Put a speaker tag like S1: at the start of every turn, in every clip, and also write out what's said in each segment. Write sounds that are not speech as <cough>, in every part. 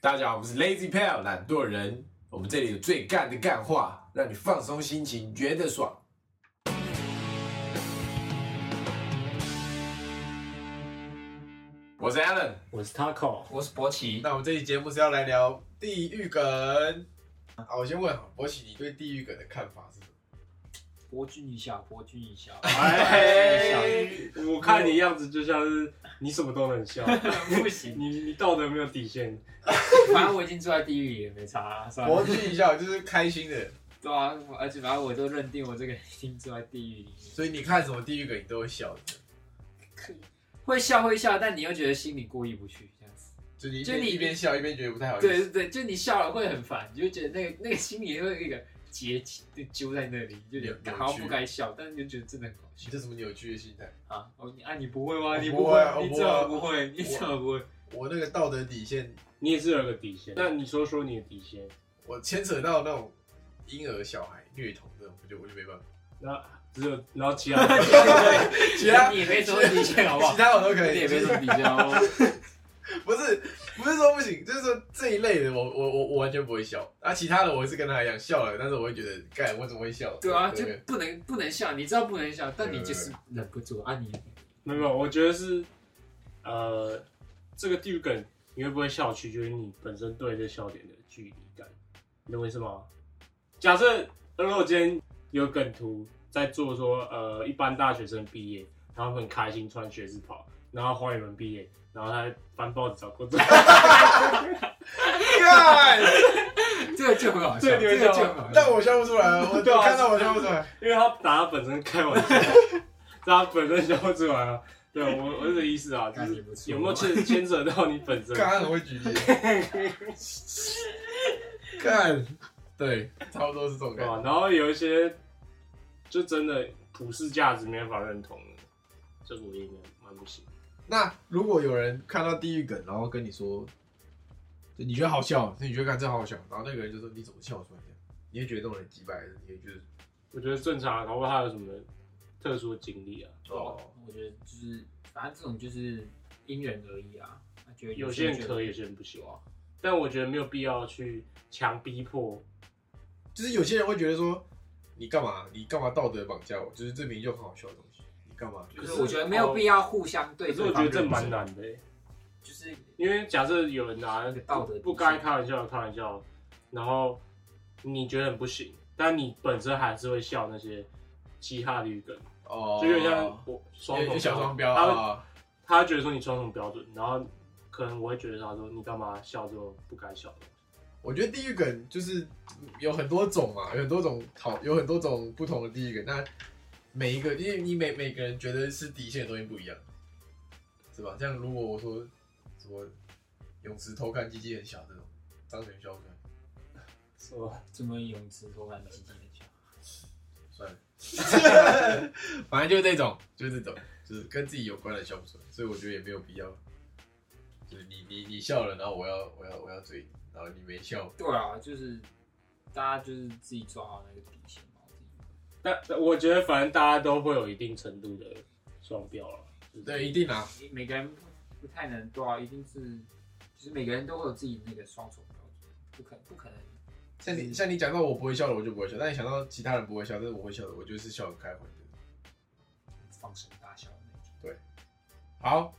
S1: 大家好，我们是 Lazy Pal 懒惰人，我们这里有最干的干话，让你放松心情，觉得爽。我是 Alan，
S2: 我是 Taco，
S3: 我是博奇，
S4: 那我们这期节目是要来聊地狱梗啊！我先问好，博奇，你对地狱梗的看法是什么？
S3: 博君一笑，博君一笑，
S2: 哎，我看你样子就像是你什么都能 <laughs> 笑，
S3: <laughs>
S4: <laughs>
S3: 不行，
S2: 你你道德没有底线。
S3: 反正我已经住在地狱里了，没差啊，算
S4: 博
S3: 了。
S4: 君一笑就是开心的，
S3: 对啊，而且反正我都认定我这个已经住在地狱里面，
S4: 所以你看什么地狱梗你都会笑的，
S3: 会笑会笑，但你又觉得心里过意不去，这样子。
S4: 就你一
S3: 就
S4: 边
S3: 你
S4: 一边笑一边觉得不太好意思。
S3: 对对对，就你笑了会很烦，你就觉得那个那个心里会有一个结就揪在那里，就觉
S4: 扭
S3: 得好
S4: 扭
S3: 像
S4: 曲
S3: 不该笑，但是就觉得真的很搞
S4: 你
S3: 笑
S4: 这什么扭曲的心态？
S3: 啊！哦，你啊你不会吗？
S4: 我
S3: 你
S4: 不
S3: 不
S4: 会啊我
S3: 你
S4: 不
S3: 怎
S4: 会啊
S3: 么不会？你怎么不会？
S4: 我那个道德底线，
S2: 你也是有个底线，那你说说你的底线？
S4: 我牵扯到那种婴儿、小孩、虐童这种，我就我就没
S3: <laughs>
S4: 办法。
S2: 那只有然后其他
S4: 其他
S3: 你也没什么底线 <laughs> 好不好
S4: 其？他我都可
S3: 你
S4: 以，
S3: 也没
S4: 就是
S3: 什么底线哦好不好？
S4: 不是不是说不行，就是说这一类的我，我我我完全不会笑。啊，其他的我是跟他一样笑了，但是我会觉得，干我怎么会笑？
S3: 对啊，就不能不能笑，你知道不能笑，但你就是忍不住啊！你
S2: 没有，我觉得是呃，这个地狱梗你会不会笑，取决于你本身对这笑点的距离感，你懂我意思吗？假设如果今天有梗图在做说，呃，一般大学生毕业，然后很开心穿学士袍，然后花园门毕业，然后他翻报纸找工作，
S4: <laughs>
S2: <laughs>
S4: 干。
S3: 这个就很好笑，
S2: 这个
S3: 这
S2: 你会
S3: 个
S2: 笑
S3: 就
S2: 吗
S3: 很好
S4: 但
S3: 笑。
S4: 我笑不出来啊，
S3: <laughs>
S4: 我
S2: 对啊
S4: 看到我笑不出来。
S2: 因为他打他本身开玩笑， <laughs> 但他本身笑不出来啊。对我我是这意思啊，就
S3: 干你不
S2: 是
S3: 错
S2: 有没有牵牵扯到你本身？
S4: 干，很会举
S3: <laughs>
S4: 例。干，对，差不多是这种
S2: 对
S4: 感
S2: 吧？
S4: 觉。
S2: 然后有一些就真的普世价值没办法认同的，这个我也蛮不行。
S4: 那如果有人看到地狱梗，然后跟你说，就你觉得好笑，你觉得干这好好笑，然后那个人就说你怎么笑出来的？你会觉得这种人击败，你会觉得
S2: 我觉得正常啊，搞不好他有什么特殊的经历啊。
S4: 哦，
S3: 我觉得就是，反正这种就是因人而异啊。我觉得
S2: 有
S3: 些
S2: 些
S3: 人
S2: 人可以，有些
S3: 觉
S2: 人不喜
S3: 得
S2: 欢，但我觉得没有必要去强逼迫。
S4: 就是有些人会觉得说，你干嘛？你干嘛道德绑架我？就是这明明就很好笑的东西，你干嘛？就
S3: 可
S2: 可
S3: 是
S2: 是
S3: 我觉得没有必要互相
S2: 可
S3: 对
S2: 是我
S3: 对
S2: 觉
S3: 方
S2: 得
S3: 认真。
S2: 这蛮难的欸、
S3: 就是
S2: 因为假设有人拿
S3: 道德底线
S2: 不该开玩笑的开玩笑，然后你觉得很不行，但你本身还是会笑那些嘻哈的语梗，
S4: 哦，
S2: 就有点像我双
S4: 有
S2: 重
S4: 有小双标
S2: 他会
S4: 啊，
S2: 他觉得说你双重标准，然后可能我会觉得他说你干嘛笑这种不该笑的东西。
S4: 我觉得地狱梗就是有很多种嘛，有很多种好，有很多种不同的地狱梗。那每一个，因为你每每个人觉得是底线的东西不一样，是吧？像如果我说什么泳池偷看鸡鸡很小这种，张全笑不出来，
S2: 说
S3: 怎么泳池偷看鸡鸡的笑，
S4: 算了， <laughs> 反正就是这种，就是这种，就是跟自己有关的笑不出来，所以我觉得也没有必要。就是你你你笑了，然后我要我要我要追你，然后你没笑，
S3: 对啊，就是大家就是自己抓好那个底线嘛。我自己
S2: 但但我觉得反正大家都会有一定程度的双标了。就是
S4: 对，一定啊，
S3: 每个人不太能对啊，一定是，就是每个人都会有自己那个双重标准，不可不可能。
S4: 像你像你讲到我不会笑的，我就不会笑；但你想到其他人不会笑，但是我会笑的，我就是笑得开怀的。
S3: 放声大笑的那种。
S4: 好，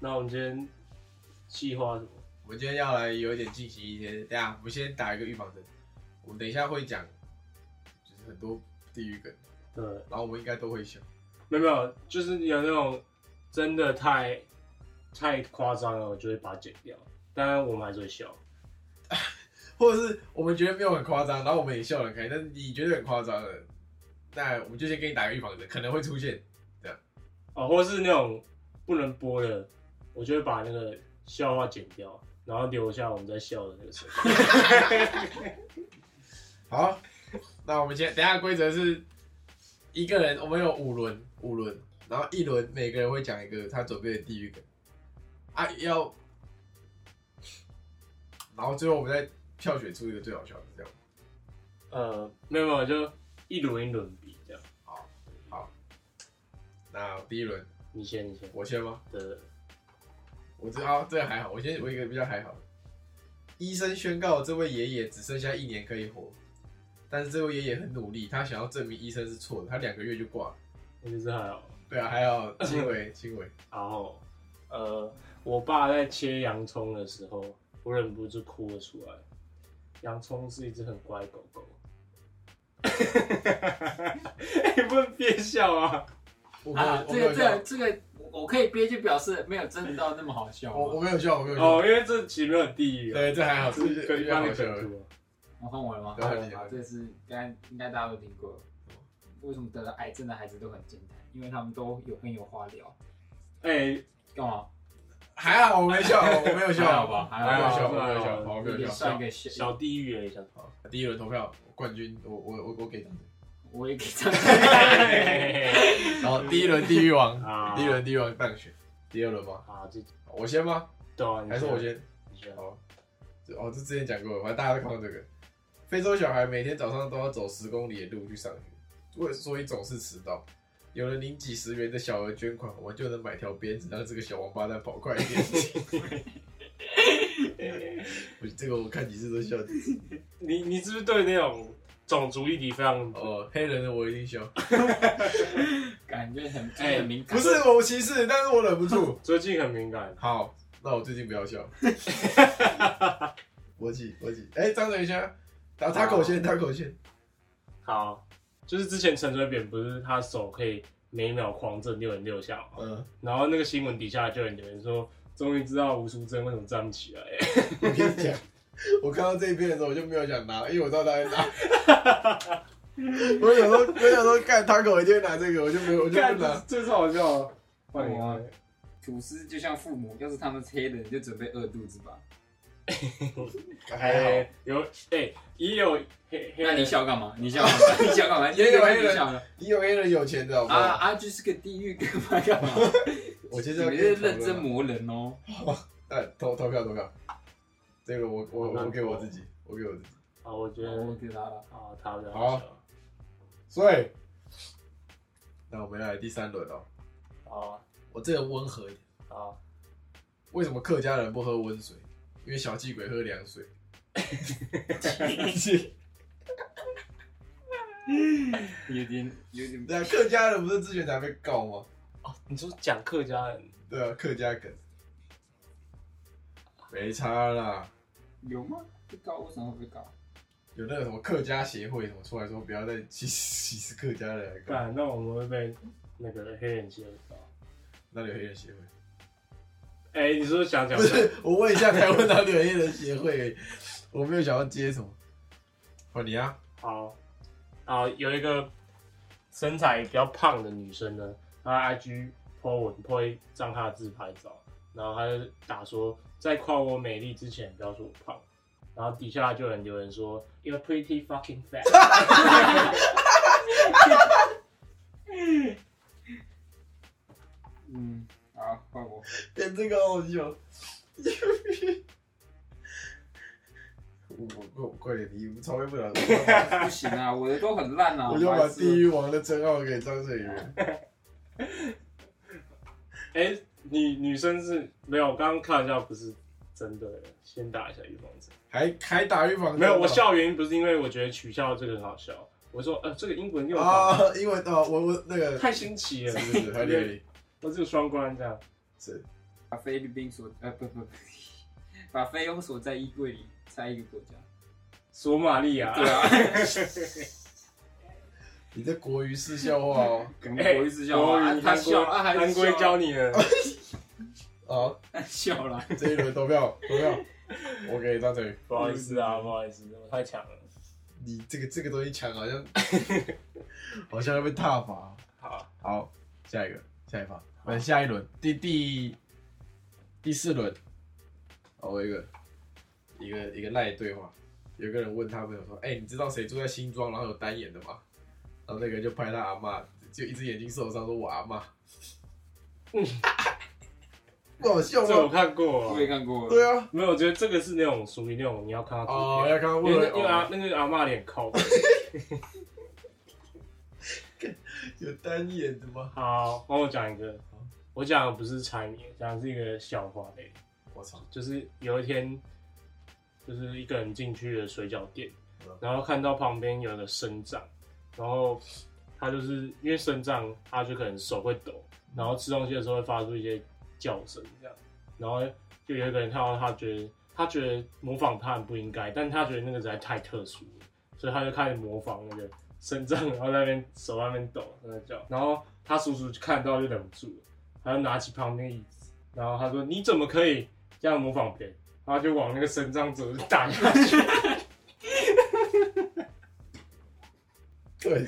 S2: 那我们今天计划什么？
S4: 我们今天要来有一点进行一些，等一下我们先打一个预防针，我们等一下会讲，就是很多地狱梗，
S2: 对，
S4: 然后我们应该都会笑。
S2: 没有没有，就是有那种真的太太夸张了，我就会把它剪掉。当然我们还是会笑。
S4: 或者是我们觉得没有很夸张，然后我们也笑得很开心，但是你觉得很夸张了，那我们就先给你打个预防针，可能会出现。
S2: 哦，或是那种不能播的，我就会把那个笑话剪掉，然后留下我们在笑的那个声音。
S4: 好，那我们先等一下规则是一个人，我们有五轮，五轮，然后一轮每个人会讲一个他准备的地狱梗啊，要，然后最后我们再票选出一个最好笑的，这样。
S2: 呃，没有没有，就一轮一轮比这样。
S4: 那第一轮
S2: 你先，你先。
S4: 我先吗？
S2: 的
S4: 我知道、啊、这个还好，我先我一个比较还好，医生宣告这位爷爷只剩下一年可以活，但是这位爷爷很努力，他想要证明医生是错的，他两个月就挂了。
S2: 我觉得这还好。
S4: 对啊，还有轻微轻
S3: <laughs>
S4: 微，
S2: 然后，呃，我爸在切洋葱的时候，我忍不住哭了出来。洋葱是一只很乖的狗狗。哎、你不能憋笑 <laughs> 啊！
S4: 我没有，
S3: 啊，
S4: 我
S3: 这
S4: 没
S3: 个
S4: 有
S3: 这个
S4: 笑，
S3: 这个我我可以憋，就表示没有真的到那么好笑啊。
S4: 我我没有笑，我没有笑。
S2: 哦，因为这其实没有很地狱、啊，
S4: 对，这还好，
S2: 这
S4: 这
S2: 是
S4: 是
S2: 跟一
S4: 比较
S2: 般
S4: 好
S2: 的
S4: 笑
S2: 梗
S4: 的。
S2: 图啊。
S3: 我换我了吗？
S4: 对换你
S3: 好
S4: 换你
S3: 这是刚才应该大家都听过。为什么得了癌症的孩子都很健谈？因为他们都有很有话聊。
S2: 哎、
S3: 干嘛？
S4: 还好我没笑，我没有笑，
S3: 还好吧还好
S4: 还
S3: 吧
S4: 好笑，我没有
S2: 还
S4: 笑，
S2: 好吧
S4: 好，我没
S3: 也
S4: 有笑。
S3: 算一个小，
S2: 小地狱也想逃。
S4: 第一轮投票冠军，我我我我给他。
S3: 我也给这样。
S2: 哎
S4: 然后第一轮地狱王，
S2: 啊
S4: 第一轮地狱王当选，第二轮吗？
S2: 啊，这
S4: 我先吗？
S2: 对啊，你
S4: 还是我先？
S2: 你先
S4: 好，这哦，这之前讲过了，反正大家都看过这个。非洲小孩每天早上都要走十公里的路去上学，为所以总是迟到。 <laughs> 有了领几十元的小额捐款，我就能买条鞭子让这个小王八蛋跑快一 <laughs> 点。我这个我看几次都笑几次。
S2: 你你是不是对那种种族议题非常
S4: 哦，黑人的我一定笑，
S3: <laughs> 感觉很
S2: 哎
S3: 很敏感。
S4: 不是我歧视，但是我忍不住。
S2: 最近很敏感？
S4: <laughs> 好，那我最近不要 <laughs> 笑。我起，我起。哎、张等一下，打打口先，打口先。
S2: 好，就是之前陈水扁不是他手可以每秒狂震六点六下嘛，
S4: 嗯，
S2: 然后那个新闻底下就有人留言说，终于知道吴淑珍为什么站不
S4: <laughs>
S2: 起来、
S4: 我跟你讲，我看到这一篇的时候，我就没有想拿，因为我知道他会拿。我想说，我想说，干他口一定会拿这个，我就没有，我就
S2: 干
S4: 不拿。
S2: 这是好笑啊！换你
S4: 哦
S3: 哇
S2: 换你
S3: 吐司就像父母，要是他们是黑人，就准备饿肚子吧。
S4: 还好，
S2: 有哎、也有黑黑
S3: 那
S2: 人
S3: 你笑干嘛？你笑干嘛？ <laughs> 你笑干嘛？
S4: 也有黑人
S3: 你笑干嘛
S4: 你有黑人有钱的好不
S3: 啊
S4: 好？
S3: 啊，就是个地狱，干嘛干嘛？
S4: <laughs> 我现
S3: 你
S4: 在要
S3: 们
S4: 跟
S3: 是
S4: 你讨论啊
S3: 认真
S4: 了。
S3: 磨人哦。
S4: 哎，投投票投票，这个我我我给我自己，我给我自己。
S2: 啊，我觉
S3: 我
S2: 得
S3: 给他了。
S2: 啊，他比较
S4: 好
S2: 好笑。
S4: 所以，那我们要来第三轮哦。
S2: 好啊，
S4: 我这个温和一点。
S2: 好啊，
S4: 为什么客家人不喝温水？因为小气鬼喝凉水。 <laughs>
S3: 有点有点
S4: 对啊，客家人不是之前才被告吗？
S2: 哦，你说讲客家人
S4: 对啊，客家梗。没差啦，
S3: 有吗？被告为什么会被告？
S4: 有那个什么客家协会什么出来说不要再歧视歧视客家人来告，
S2: 干，那我们会被那个黑人欺负到。
S4: 哪里有黑人协会？
S2: 哎、你是不是想讲
S4: 不是，我问一下台湾哪里有黑人协会？我没有想要接什么。哦，你啊，
S2: 好，好，哦有一个身材比较胖的女生呢，她 IG po 文 po 一张她的自拍照，然后她就打说，在夸我美丽之前不要说我胖，然后底下就有人留言说，You're pretty fucking fat， <laughs>
S3: 嗯，好，换我。
S4: 点这个好笑。我我我快点，你超越不了。
S3: 不行啊，我的都很烂
S4: <laughs>
S3: 啊。
S4: 我就
S3: 不好
S4: 把
S3: 意思
S4: 地狱王的称号给张水源。
S2: 哎、女女生是没有，我刚刚看一下不是真的，先打一下预防针。
S4: 还还打预防针？
S2: 没有，我笑原因不是因为我觉得取笑这个很好笑，我说呃这个英文用法、
S4: 啊，因为啊，我我那个
S2: 太新奇了，
S4: 是是是， <laughs> 还有你
S2: 我只有双关这样。
S4: 是
S3: 把菲律宾锁呃不不，不把菲佣锁在衣柜里，猜一个国家。
S2: 索马利亚，
S3: 对啊，
S4: 你这国语是笑话哦。
S3: 我们
S2: 哎
S3: 国语
S4: <laughs>
S3: 是笑话，啊他笑了，啊还
S2: 安
S3: 是
S2: 龟
S3: 笑
S2: 教
S3: 了，
S2: 你了。
S4: 好，
S3: 他笑了。
S4: 这一轮投票投票，我给张晨宇，
S2: <laughs> 不好意思啊，不好意思，我太强了。
S4: 你这个这个东西抢好像好像要被踏伐。
S2: 好，
S4: 好，下一个下一把，我们下一轮第第第四轮，哦，我有一个一个一个赖对话，有个人问他朋友说，哎、你知道谁住在新庄，然后有单眼的吗？然后那个人就拍他阿妈，就一只眼睛受伤，说我阿妈， <laughs> 不好笑
S2: 这我
S4: 吗？
S2: 看过
S3: 我。也看过，
S4: 对啊，
S2: 没有，我觉得这个是那种属于那种你要看到
S4: 哦
S2: 图，
S4: 要
S2: 片，
S4: 刚刚
S2: 因
S4: 问
S2: 为
S4: 了，
S2: 那因为
S4: 哦
S2: 阿那个阿妈脸靠背。
S4: 有单眼的吗？
S2: 好，帮我讲一个，我讲的不是猜谜，讲的是一个小话类，
S4: 我操，
S2: 就是有一天就是一个人进去的水饺店
S4: 嗯，
S2: 然后看到旁边有个生长，然后他就是因为生长，他就可能手会抖，然后吃东西的时候会发出一些叫声这样，然后就有一个人看到他觉得他觉得模仿他很不应该，但他觉得那个实在太特殊了，所以他就开始模仿那个生长，然后在那边手在那边抖在那叫，然后他叔叔就看到就忍不住了，他就拿起旁边椅子，然后他说你怎么可以这样模仿别人？然后就往那个伸张者打下 <laughs> 去。
S4: 对，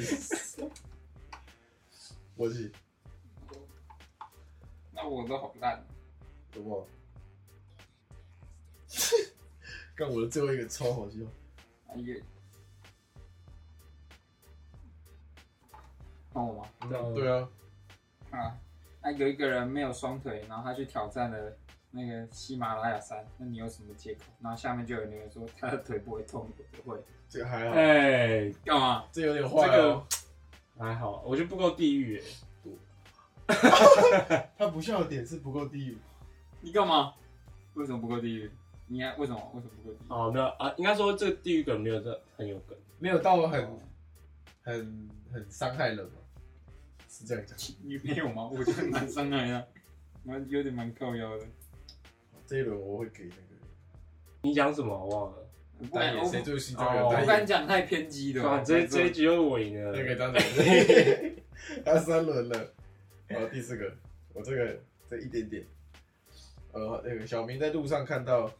S4: <laughs> 我是
S3: 那我都好烂，啊
S4: 有 <laughs> 没有？干我的最后一个超好笑，
S3: 哎呀，换我吗？
S2: 嗯
S4: 对啊，
S3: 啊，那有一个人没有双腿，然后他去挑战了那个喜马拉雅山，那你有什么借口？然后下面就有留言说他的腿不会痛，我不会，
S4: 这个还好，
S2: 哎，
S3: 干嘛？
S4: 这有点坏
S2: 这个
S4: 哦。
S2: 还好，我就不够地狱耶。
S4: 他不笑的点是不够地狱，
S3: 你干嘛？为什么不够地狱？你还为什么为什么不够地狱？
S2: 哦，没有啊，应该说这个地狱梗没有这很有梗，
S4: 没有到
S2: 哦
S4: 很很很伤害人嘛，是这样讲。
S3: 你没有吗？我觉得蛮伤人的，蛮有点蛮靠腰的。
S4: 这一轮我会给那个
S2: 你讲什么我忘了。
S3: 我不
S4: 单
S3: 敢，
S4: 眼
S3: 我
S4: 谁最西装
S2: 哦
S4: 有
S3: 不
S4: 单
S3: 敢
S4: 眼，
S3: 讲太偏激的
S2: 哇，
S3: 哦。
S2: 这
S3: 我
S2: 这一局又我赢了。
S4: 那个当然， <laughs> 他三轮了。好，第四个，我这个这一点点，呃，那个小明在路上看到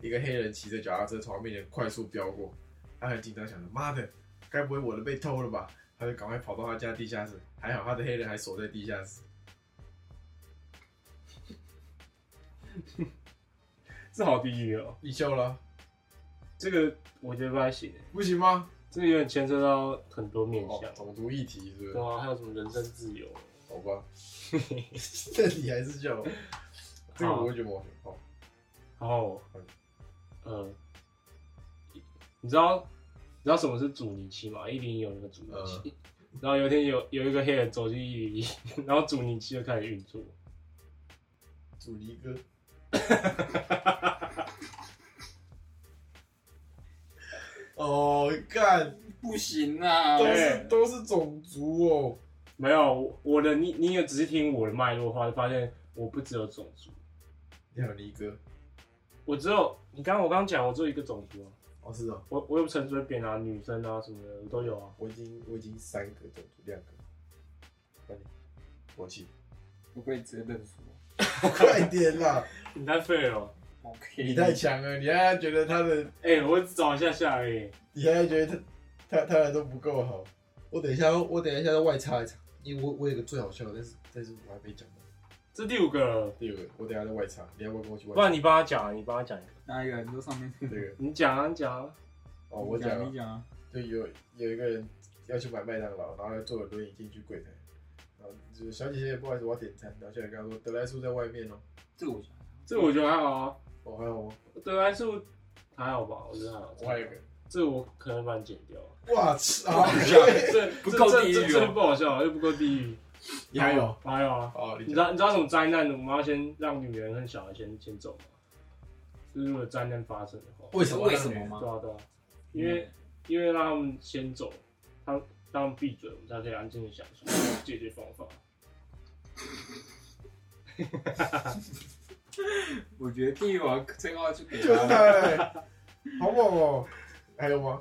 S4: 一个黑人骑着脚踏车从他面前快速飙过，他很紧张，想着妈的，该不会我的被偷了吧？他就赶快跑到他家地下室，还好他的黑人还锁在地下室。
S2: 这好地狱哦，
S4: 你笑了，
S2: 这个我觉得不太行耶，
S4: 不行吗？
S2: 这个有点牵涉到很多面
S4: 哦
S2: 向，。
S4: 种族议题是不是
S2: 对？啊，还有什么人身自 <laughs> 由？
S4: 好吧， <laughs> 那你还是笑。这个
S2: 好
S4: 我会觉得我好。
S2: 然后
S4: 嗯，
S2: 呃，你知道你知道什么是阻尼期吗？一零一有那个阻尼期，然后有一天有有一个黑人走进一零 <laughs> 一，然后阻尼期就开始运作。
S4: 阻尼哥， <laughs> 哦，干，
S3: 不行啊！
S4: 都
S3: 我
S4: 是都是种族哦，
S2: 没有我我的，你你有只是听我的脉络的话，就发现我不只有种族，
S4: 你好，尼哥，
S2: 我只有你刚刚我刚刚讲，我只有一个种族啊，
S4: 哦是哦，
S2: 我我有陈水扁啊、女生啊什么的我都有啊。
S4: 我已经我已经三个种族，两个，快点，火气，
S3: 我可以直接认输。
S4: <laughs> 快点 <laughs> 啦，
S2: 你太废了，
S3: 我可
S4: 你
S3: 以。
S4: 太强了，你还觉得他的，
S2: 哎、我只找一下下而已。
S4: 你还觉得他他他的都不够好，我等一下我等一下再外插一场，因为我我有一个最好笑的，但是但是我还没讲完，
S2: 这第五个了，
S4: 第二个我等一下再外插，你要不要跟我去
S2: 不
S4: 外
S2: 然
S4: 插？
S2: 你帮他讲啊，你帮他讲一个，
S3: 哪一个？你说上面？
S4: 这个
S2: 你讲啊，你讲啊。
S4: 哦，我讲了
S3: 你。讲啊。
S4: 就有有一个人要去买麦当劳，然后要坐轮椅进去柜台，然后就是小姐姐不好意思，我要点餐，然后小姐跟他说德莱素在外面哦，
S3: 这个我讲。
S2: 这我觉得还好啊，
S4: 哦还好吗？
S2: 德莱素还好吧，我觉得还好。
S4: 我还有一个，
S2: 这我可能把你剪掉。
S4: 哇操，
S2: 这
S3: 不够
S2: 这
S3: 地狱
S2: 这
S3: 哦
S2: 这这不好笑，啊又不够地狱。
S4: 你还有？
S2: 还有啊，
S4: 哦，
S2: 你
S4: 你
S2: 知道你知道什么灾难？我们要先让女人跟小孩先先走吗？就是如果灾难发生的话，
S4: 为
S3: 为什么？吗
S2: 对？啊对啊，因为、
S3: 嗯
S2: 因为让他们先走，他们让他们闭嘴，我们才可以安静的想出解决方法。
S3: 我觉得地狱王最后就给
S4: 就是
S3: 他
S4: 他
S3: 了。
S4: 欸，好猛哦！还有吗？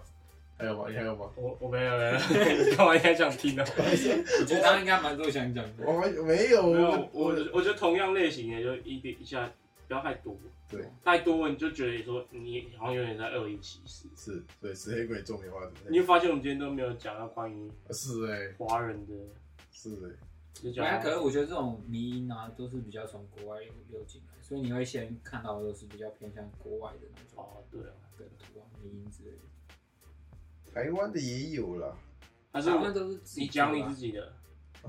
S4: 还有吗？你还有吗？
S2: 我我没有没有， <laughs> 你干嘛应该想听啊？
S3: 我觉得他应该蛮多想讲的。
S4: 我还没有，
S2: 没有，我
S4: 我
S2: 觉得我觉得同样类型的就一点一下不要太多，
S4: 对，
S2: 太多你就觉得说你好像有点在恶意歧视。
S4: 是对，是黑鬼重点话怎
S2: 你
S4: 么
S2: 会发现我们今天都没有讲到关于
S4: 样？是哎，
S2: 华人的，
S4: 是哎，
S2: 就讲
S3: 没有，
S2: 到
S3: 啊可是我觉得这种迷音啊，都是比较从国外流进来，所以你会先看到的都是比较偏向国外的那种
S2: 哦，对啊，
S3: 梗图啊、迷音之类的。
S4: 台湾的也有啦，
S2: 还是
S3: 台
S2: 我
S3: 湾都是自己
S2: 你讲你
S3: 做
S2: 自
S3: 的啊
S2: 己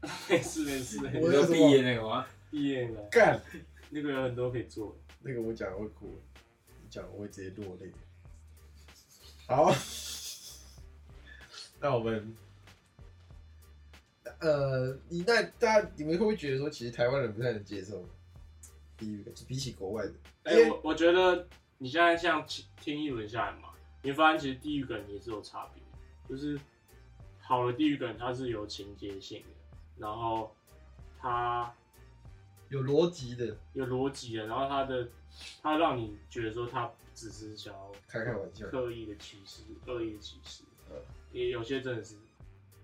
S2: 的， <laughs> 没事没事，
S3: 啊，
S4: 我
S3: 你
S4: 有
S3: 说
S4: 什么
S3: 毕业那个吗？
S2: 毕业了，
S4: 干
S2: 那个有很多可以做。
S4: 那个我讲会哭，你讲我会直接落泪。好，那我们，呃，你那大家你们会不会觉得说，其实台湾人不太能接受地狱感，比起国外的，
S2: 哎、
S4: 因为
S2: 我我觉得你现在像其听一轮下来嘛，你会发现其实地狱梗也是有差别，就是好的地狱梗它是有情节性的，然后它
S5: 有逻辑的，
S2: 有逻辑的，然后它的它让你觉得说它只是想要
S4: 开开玩笑，
S2: 刻意的歧视、恶意的歧视
S4: 嗯，
S2: 也有些真的是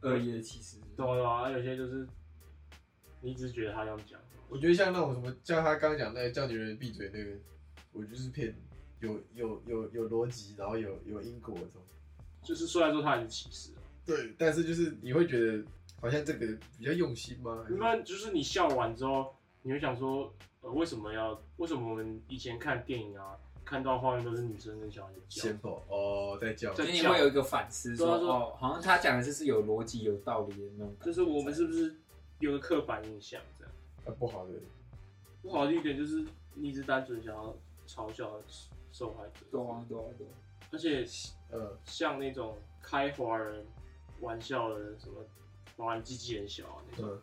S3: 恶意的歧视。
S2: 懂了吗？有些就是你只是觉得他这样讲，
S4: 我觉得像那种什么叫他刚刚讲那个叫女人闭嘴那个，我就是偏有有有有逻辑，然后有有因果这种。
S2: 就是虽然说他也是歧视啊，
S4: 对，但是就是你会觉得好像这个比较用心吗？还
S2: 一
S4: 是
S2: 般就是你笑完之后，你会想说，呃，为什么要？为什么我们以前看电影啊，看到画面都是女生跟小孩子叫
S4: 先？否哦，在叫
S2: 在
S3: 就
S2: 对
S3: 是你会有一个反思
S2: 对
S3: 说，
S2: 啊说
S3: 哦，好像他讲的就是有逻辑、有道理的那种感觉。
S2: 就是我们是不是有个刻板印象这样？
S4: 啊不好的，
S2: 不好的一点就是你只单纯想要嘲笑受害者，
S3: 对啊，对啊，对啊。
S2: 而且
S4: 呃，
S2: 像那种开华人玩笑的什么，华人鸡鸡很小啊那种，
S4: 嗯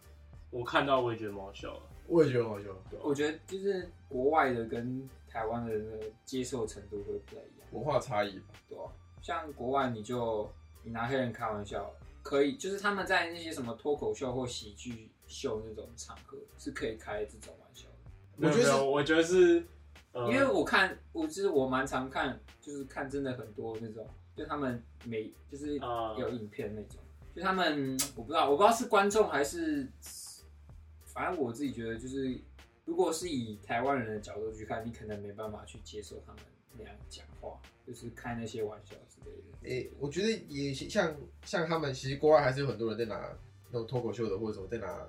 S2: 我看到我也觉得蛮好笑的。
S4: 我也觉得很好笑。
S3: 我觉得就是国外的跟台湾的那个接受程度会不太一样，
S4: 文化差异吧，
S3: 对啊像国外你就你拿黑人开玩笑，可以就是他们在那些什么脱口秀或喜剧秀那种场合是可以开这种玩笑的，
S4: 我觉得
S2: 没有没
S4: 是
S2: 有我觉得是，呃、
S3: 因为我看我就是我蛮常看，就是看真的很多那种，就他们每就是
S2: 啊
S3: 有影片那种，就他们我不知道我不知道是观众还是，反正我自己觉得就是，如果是以台湾人的角度去看，你可能没办法去接受他们那样讲话，就是开那些玩笑之类的。
S4: 诶、我觉得也像像他们，其实国外还是有很多人在拿那种脱口秀的或者什么在拿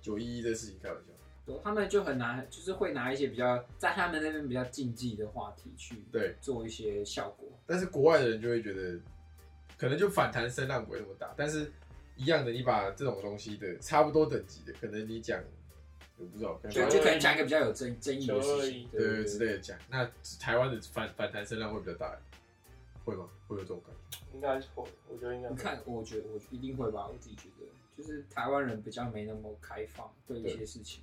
S4: 九一一这事情开玩笑。
S3: 对，他们就很难，就是会拿一些比较在他们那边比较禁忌的话题去
S4: 对
S3: 做一些效果。
S4: 但是国外的人就会觉得，可能就反弹声浪不会那么大，但是一样的，你把这种东西的差不多等级的，可能你讲，我不知道，可
S3: 就
S4: 能
S3: 就可能讲一个比较有争争议的
S2: 求
S3: 事
S2: 而
S3: 情
S2: 已，
S4: 对对之类的讲，那台湾的反反弹声浪会比较大，会吗？会有这种感觉？
S2: 应该会，我觉得应该
S3: 你
S2: 会。
S3: 看，我觉得我一定会吧，我自己觉得，就是台湾人比较没那么开放对一些事情，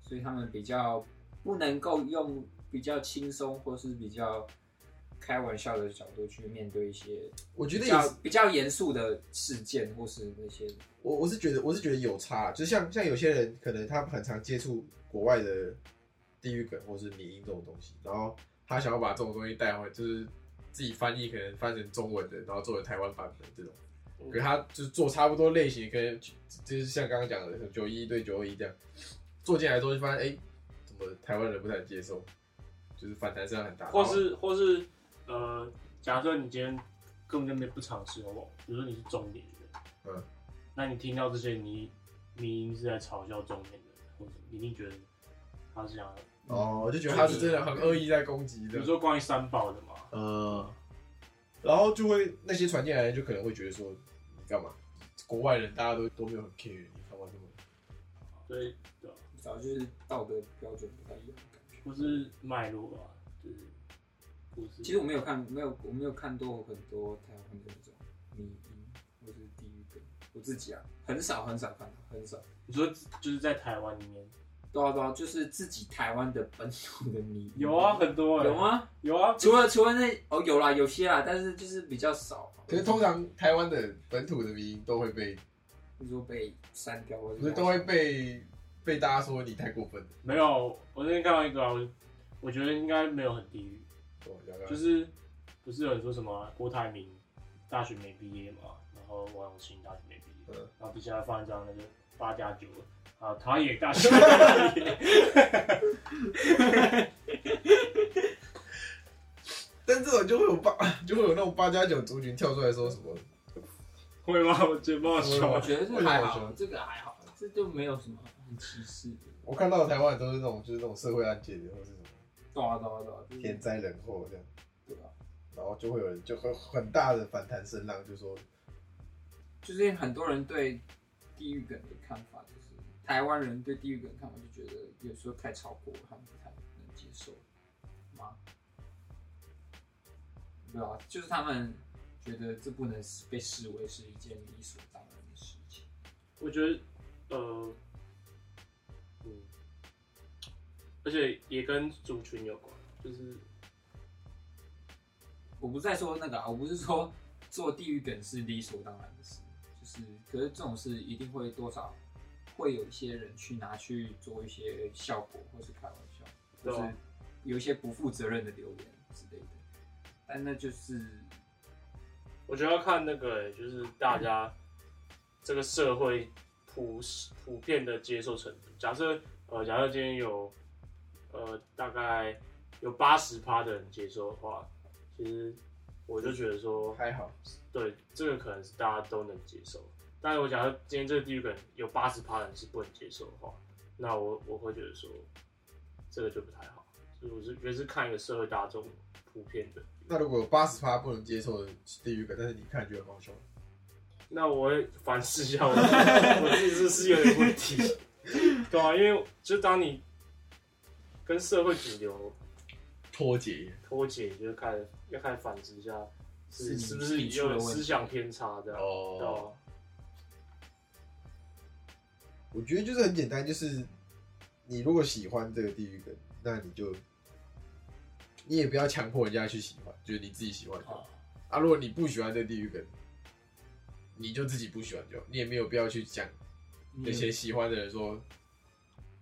S3: 所以他们比较不能够用比较轻松或是比较开玩笑的角度去面对一些
S4: 我觉
S3: 比
S4: 得也
S3: 较
S4: 是，
S3: 比较严肃的事件或是那些
S4: 我我是觉得我是觉得有差啦，就像像有些人可能他很常接触国外的地域梗或是民音这种东西，然后他想要把这种东西带回，就是自己翻译可能翻成中文的，然后做成台湾版本这种。
S2: 嗯
S4: 可是他就是做差不多类型，跟就是像刚刚讲的九一对九二一这样做进来之后，就发现哎、诶怎么台湾人不太接受，就是反弹声很大。
S2: 或是或是呃，假设你今天根本就没不常吃红比如说你是中年人，
S4: 嗯，
S2: 那你听到这些你迷音是在嘲笑中年人，或者什么你一定觉得他是想，
S4: 然后哦，就觉得他是真的很恶意在攻击
S2: 比
S4: 的
S2: 如，说关于三宝的嘛，
S4: 呃，然后就会那些传进来的人就可能会觉得说你干嘛？国外人大家都都没有很 care 你干嘛这么？
S2: 所以对啊，
S3: 早就是道德标准不太一样的感觉。
S2: 或是脉络啊，就是不是。
S3: 其实我没有看，没有我没有看多很多台湾的那种迷音或是地狱梗，我自己啊很少很少看到，很少。
S2: 你说就是在台湾里面
S3: 对啊对啊，就是自己台湾的本土的迷音
S2: 有啊，，很多欸
S3: 有？吗？
S2: 有啊，
S3: 除了除了那哦有啦，有些啦，但是就是比较少。
S4: 可是通常台湾的本土的民音都会被，
S3: 你说被删掉或者
S4: 不是都会被被大家说你太过分了。
S2: 没有。我那天看到一个、啊，我我觉得应该没有很地狱。
S4: 哦要
S3: 啊
S4: 不要
S2: 就是不是有人说什么郭台铭大学没毕业嘛，然后王永庆大学没毕业，
S4: 嗯
S2: 然后底下放一张那个八加九
S3: <laughs>
S2: 啊，他也大学没毕业，
S4: 但这种就会有八， <laughs> 就会有那种八加九族群跳出来说什么，
S2: 会吗？我觉得蛮好笑
S3: 我
S2: 的。
S3: 觉得这还好，这个还好，这就没有什么很歧视的。
S4: 我看到的台湾都是那种就是那种社会案件或是什么
S3: 对啊对啊对啊，就是
S4: 天灾人祸这样，
S3: 对啊，
S4: 然后就会有人就很很大的反弹声浪，就说
S3: 就是因为很多人对地狱梗的看法，就是台湾人对地狱梗的看法，就觉得有时候太超过了，他们不太能接受吗？对啊，就是他们觉得这不能被视为是一件理所当然的事情。
S2: 我觉得呃，嗯，而且也跟族群有关，就是
S3: 我不是在说那个啊，我不是说 <laughs> 做地狱梗是理所当然的事，就是可是这种事一定会多少会有一些人去拿去做一些效果，或是开玩笑，
S2: 对
S3: 或
S2: 啊
S3: 是有一些不负责任的留言之类的，但那就是
S2: 我觉得要看那个、就是大家这个社会普普遍的接受程度。假设呃，假设今天有呃大概有八十趴的人接受的话，其实我就觉得说，
S4: 哦还好，
S2: 对这个可能是大家都能接受。但是我假设今天这个地狱梗有八十趴人是不能接受的话，那我我会觉得说，这个就不太好。就是我是觉得是看一个社会大众普遍的。
S4: 那如果有八十趴不能接受的地狱梗，但是你看觉得很好笑，
S2: 那我会反思一下我， <laughs> 我自己是不是有点问题？ <laughs> 对啊，因为就当你跟社会主流
S4: 脱节，
S2: 脱节，就是开始要开始反思一下，是
S3: 是
S2: 是不是
S3: 你出了
S2: 有
S3: 问题
S2: 思想偏差这样？
S4: 哦
S2: 对啊，
S4: 我觉得就是很简单，就是你如果喜欢这个地狱梗，那你就你也不要强迫人家去喜欢，就是你自己喜欢就好。啊，如果你不喜欢这个地狱梗，你就自己不喜欢就好，你也没有必要去讲
S3: 你
S2: 嗯
S4: 那
S3: 也
S4: 些喜欢的人说，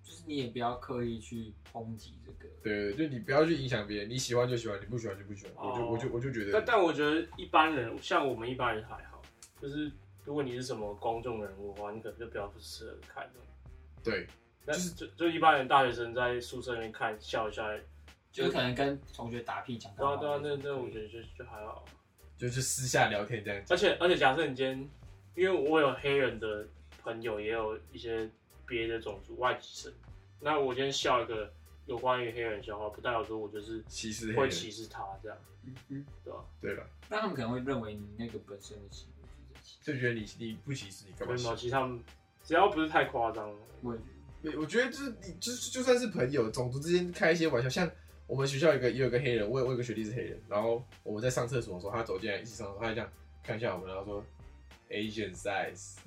S3: 就是你也不要刻意去抨击这个，
S4: 对，就你不要去影响别人，你喜欢就喜欢，你不喜欢就不喜欢。我就
S2: 哦
S4: 我就我就觉
S2: 但
S4: 得，
S2: 但我觉得一般人，像我们一般人还好，就是如果你是什么公众人物的话，你可能就比较不适合看这种。
S4: 对
S2: 但是就就一般人大学生在宿舍里面看笑一下，
S3: 就是可能跟同学打屁讲
S2: 对
S3: 干
S2: 啊
S3: 嘛
S2: 对
S3: 种。
S2: 啊，那那我觉得就就还好。
S4: 就是私下聊天这样
S2: 而
S4: 讲。
S2: 且而且，假设你今天，因为我有黑人的朋友，也有一些别的种族外籍生，那我今天笑一个有关于黑人的笑话，不代表说我就是
S4: 歧视黑
S2: 会
S4: 人，
S2: 歧视他这样，
S3: 嗯哼，
S2: 对吧、
S4: 对吧？
S3: 那他们可能会认为你那个本身的行为就是歧视，
S4: 就觉得你你不歧视，你干
S2: 没
S4: 嘛
S2: 有，
S4: 歧视？
S2: 其实他们只要不是太夸张，
S3: 我也
S4: 对，我觉得就是你，就是就算是朋友，种族之间开一些玩笑，像我们学校有一个也有一个黑人，我有我有一个学弟是黑人，然后我们在上厕所的时候，他走进来一起上厕所，他就这样看一下我们，然后说 Asian size，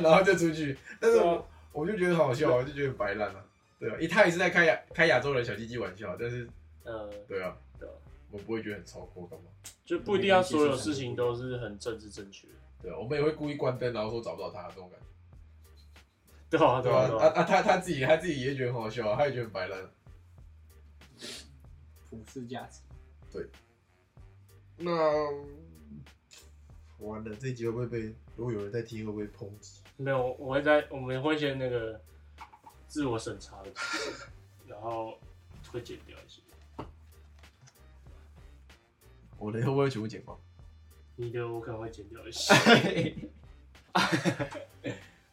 S4: 然后 <laughs> 就出去。但是
S2: 啊
S4: 我我就觉得很好笑，我就觉得很白烂啊，对啊，一他也是在开亚开亚洲人小鸡鸡玩笑，但是
S2: 呃，
S4: 对啊，
S2: 对啊
S4: 我不会觉得很超过干嘛？
S2: 就不一定要所有事情都是很政治正确，
S4: 对啊，我们也会故意关灯，然后说找不到他这种感觉。
S2: 对啊
S4: 对
S2: 对啊
S4: 啊，
S2: 对
S4: 啊
S2: 啊，
S4: 啊，他他自己他自己也觉得很好笑啊，他也觉得很白烂啊。
S3: 普世价值。
S4: 那完了，这一集会不会被？如果有人在听，会不会抨击？
S2: 没有，我会在我们会先那个自我审查的
S4: <laughs>
S2: 机制，然后会剪掉一些。
S4: 我的会不会全部剪光？
S2: 你的我可能会剪掉
S4: <laughs>
S2: 一些。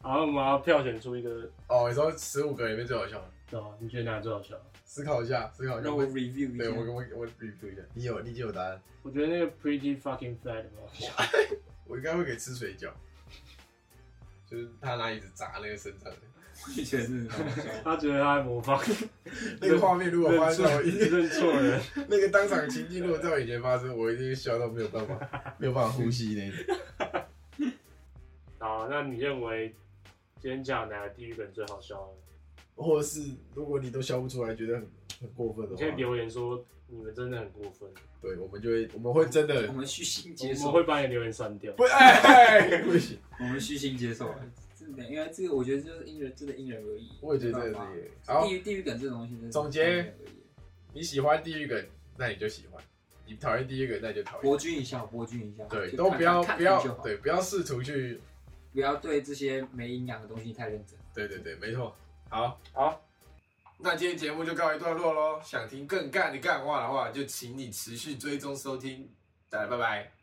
S2: 然后我们要票选出一个，
S4: 哦，你说十五个里面最好笑的，
S2: 哦，你觉得哪个最好笑？
S4: 思考一下，思考一下。
S3: 让我
S4: 我
S3: review 一
S4: 对我
S3: 下，
S4: 我我 review 一下，你有你已经有答案，
S2: 我觉得那个 Pretty Fucking Fat 很好笑。
S4: 我应该会给吃水饺，就是他拿椅子砸那个身上的 <laughs>
S3: 我觉得是很好 <laughs> 笑
S2: 他觉得他在模仿，
S4: 那个画面，如果发
S2: 认
S4: 生在我一
S2: 错认错人，
S4: 那个当场情境，如果在我眼前发生，我一定笑到没有办法， <laughs> 没有办法呼吸那种。
S2: 好，那你认为今天讲哪个地狱梗最好笑呢？
S4: 或者是如果你都笑不出来，觉得很很过分的
S2: 你可以
S4: 话，
S2: 留言说你们真的很过分，
S4: 对，我们就会我们会真的
S3: 我们虚心接
S2: 我们
S3: 受，
S2: 会把你的留言删掉。
S4: 不哎，不行。
S3: 我们虚心接受。真的，因为这个我觉得就是因人，真的因人而异。
S4: 我也觉得这
S3: 没
S4: 个
S3: 办法
S4: 是。好
S3: 地，狱地狱梗这种东西真的是
S4: 总结
S3: 因人而异，
S4: 你喜欢地狱梗，那你就喜欢；你讨厌地狱梗，那你就讨厌
S3: 博。君一笑，博君一笑。
S4: 对，
S3: 就
S4: 都
S3: 看
S4: 不要
S3: 看
S4: 不
S3: 看
S4: 要
S3: 就好
S4: 对，不要试图去。
S3: 不要对这些没营养的东西太认真。
S4: 对对对，没错。好，
S2: 好，
S1: 那今天节目就告一段落喽。想听更干的干话的话，就请你持续追踪收听。大家拜拜。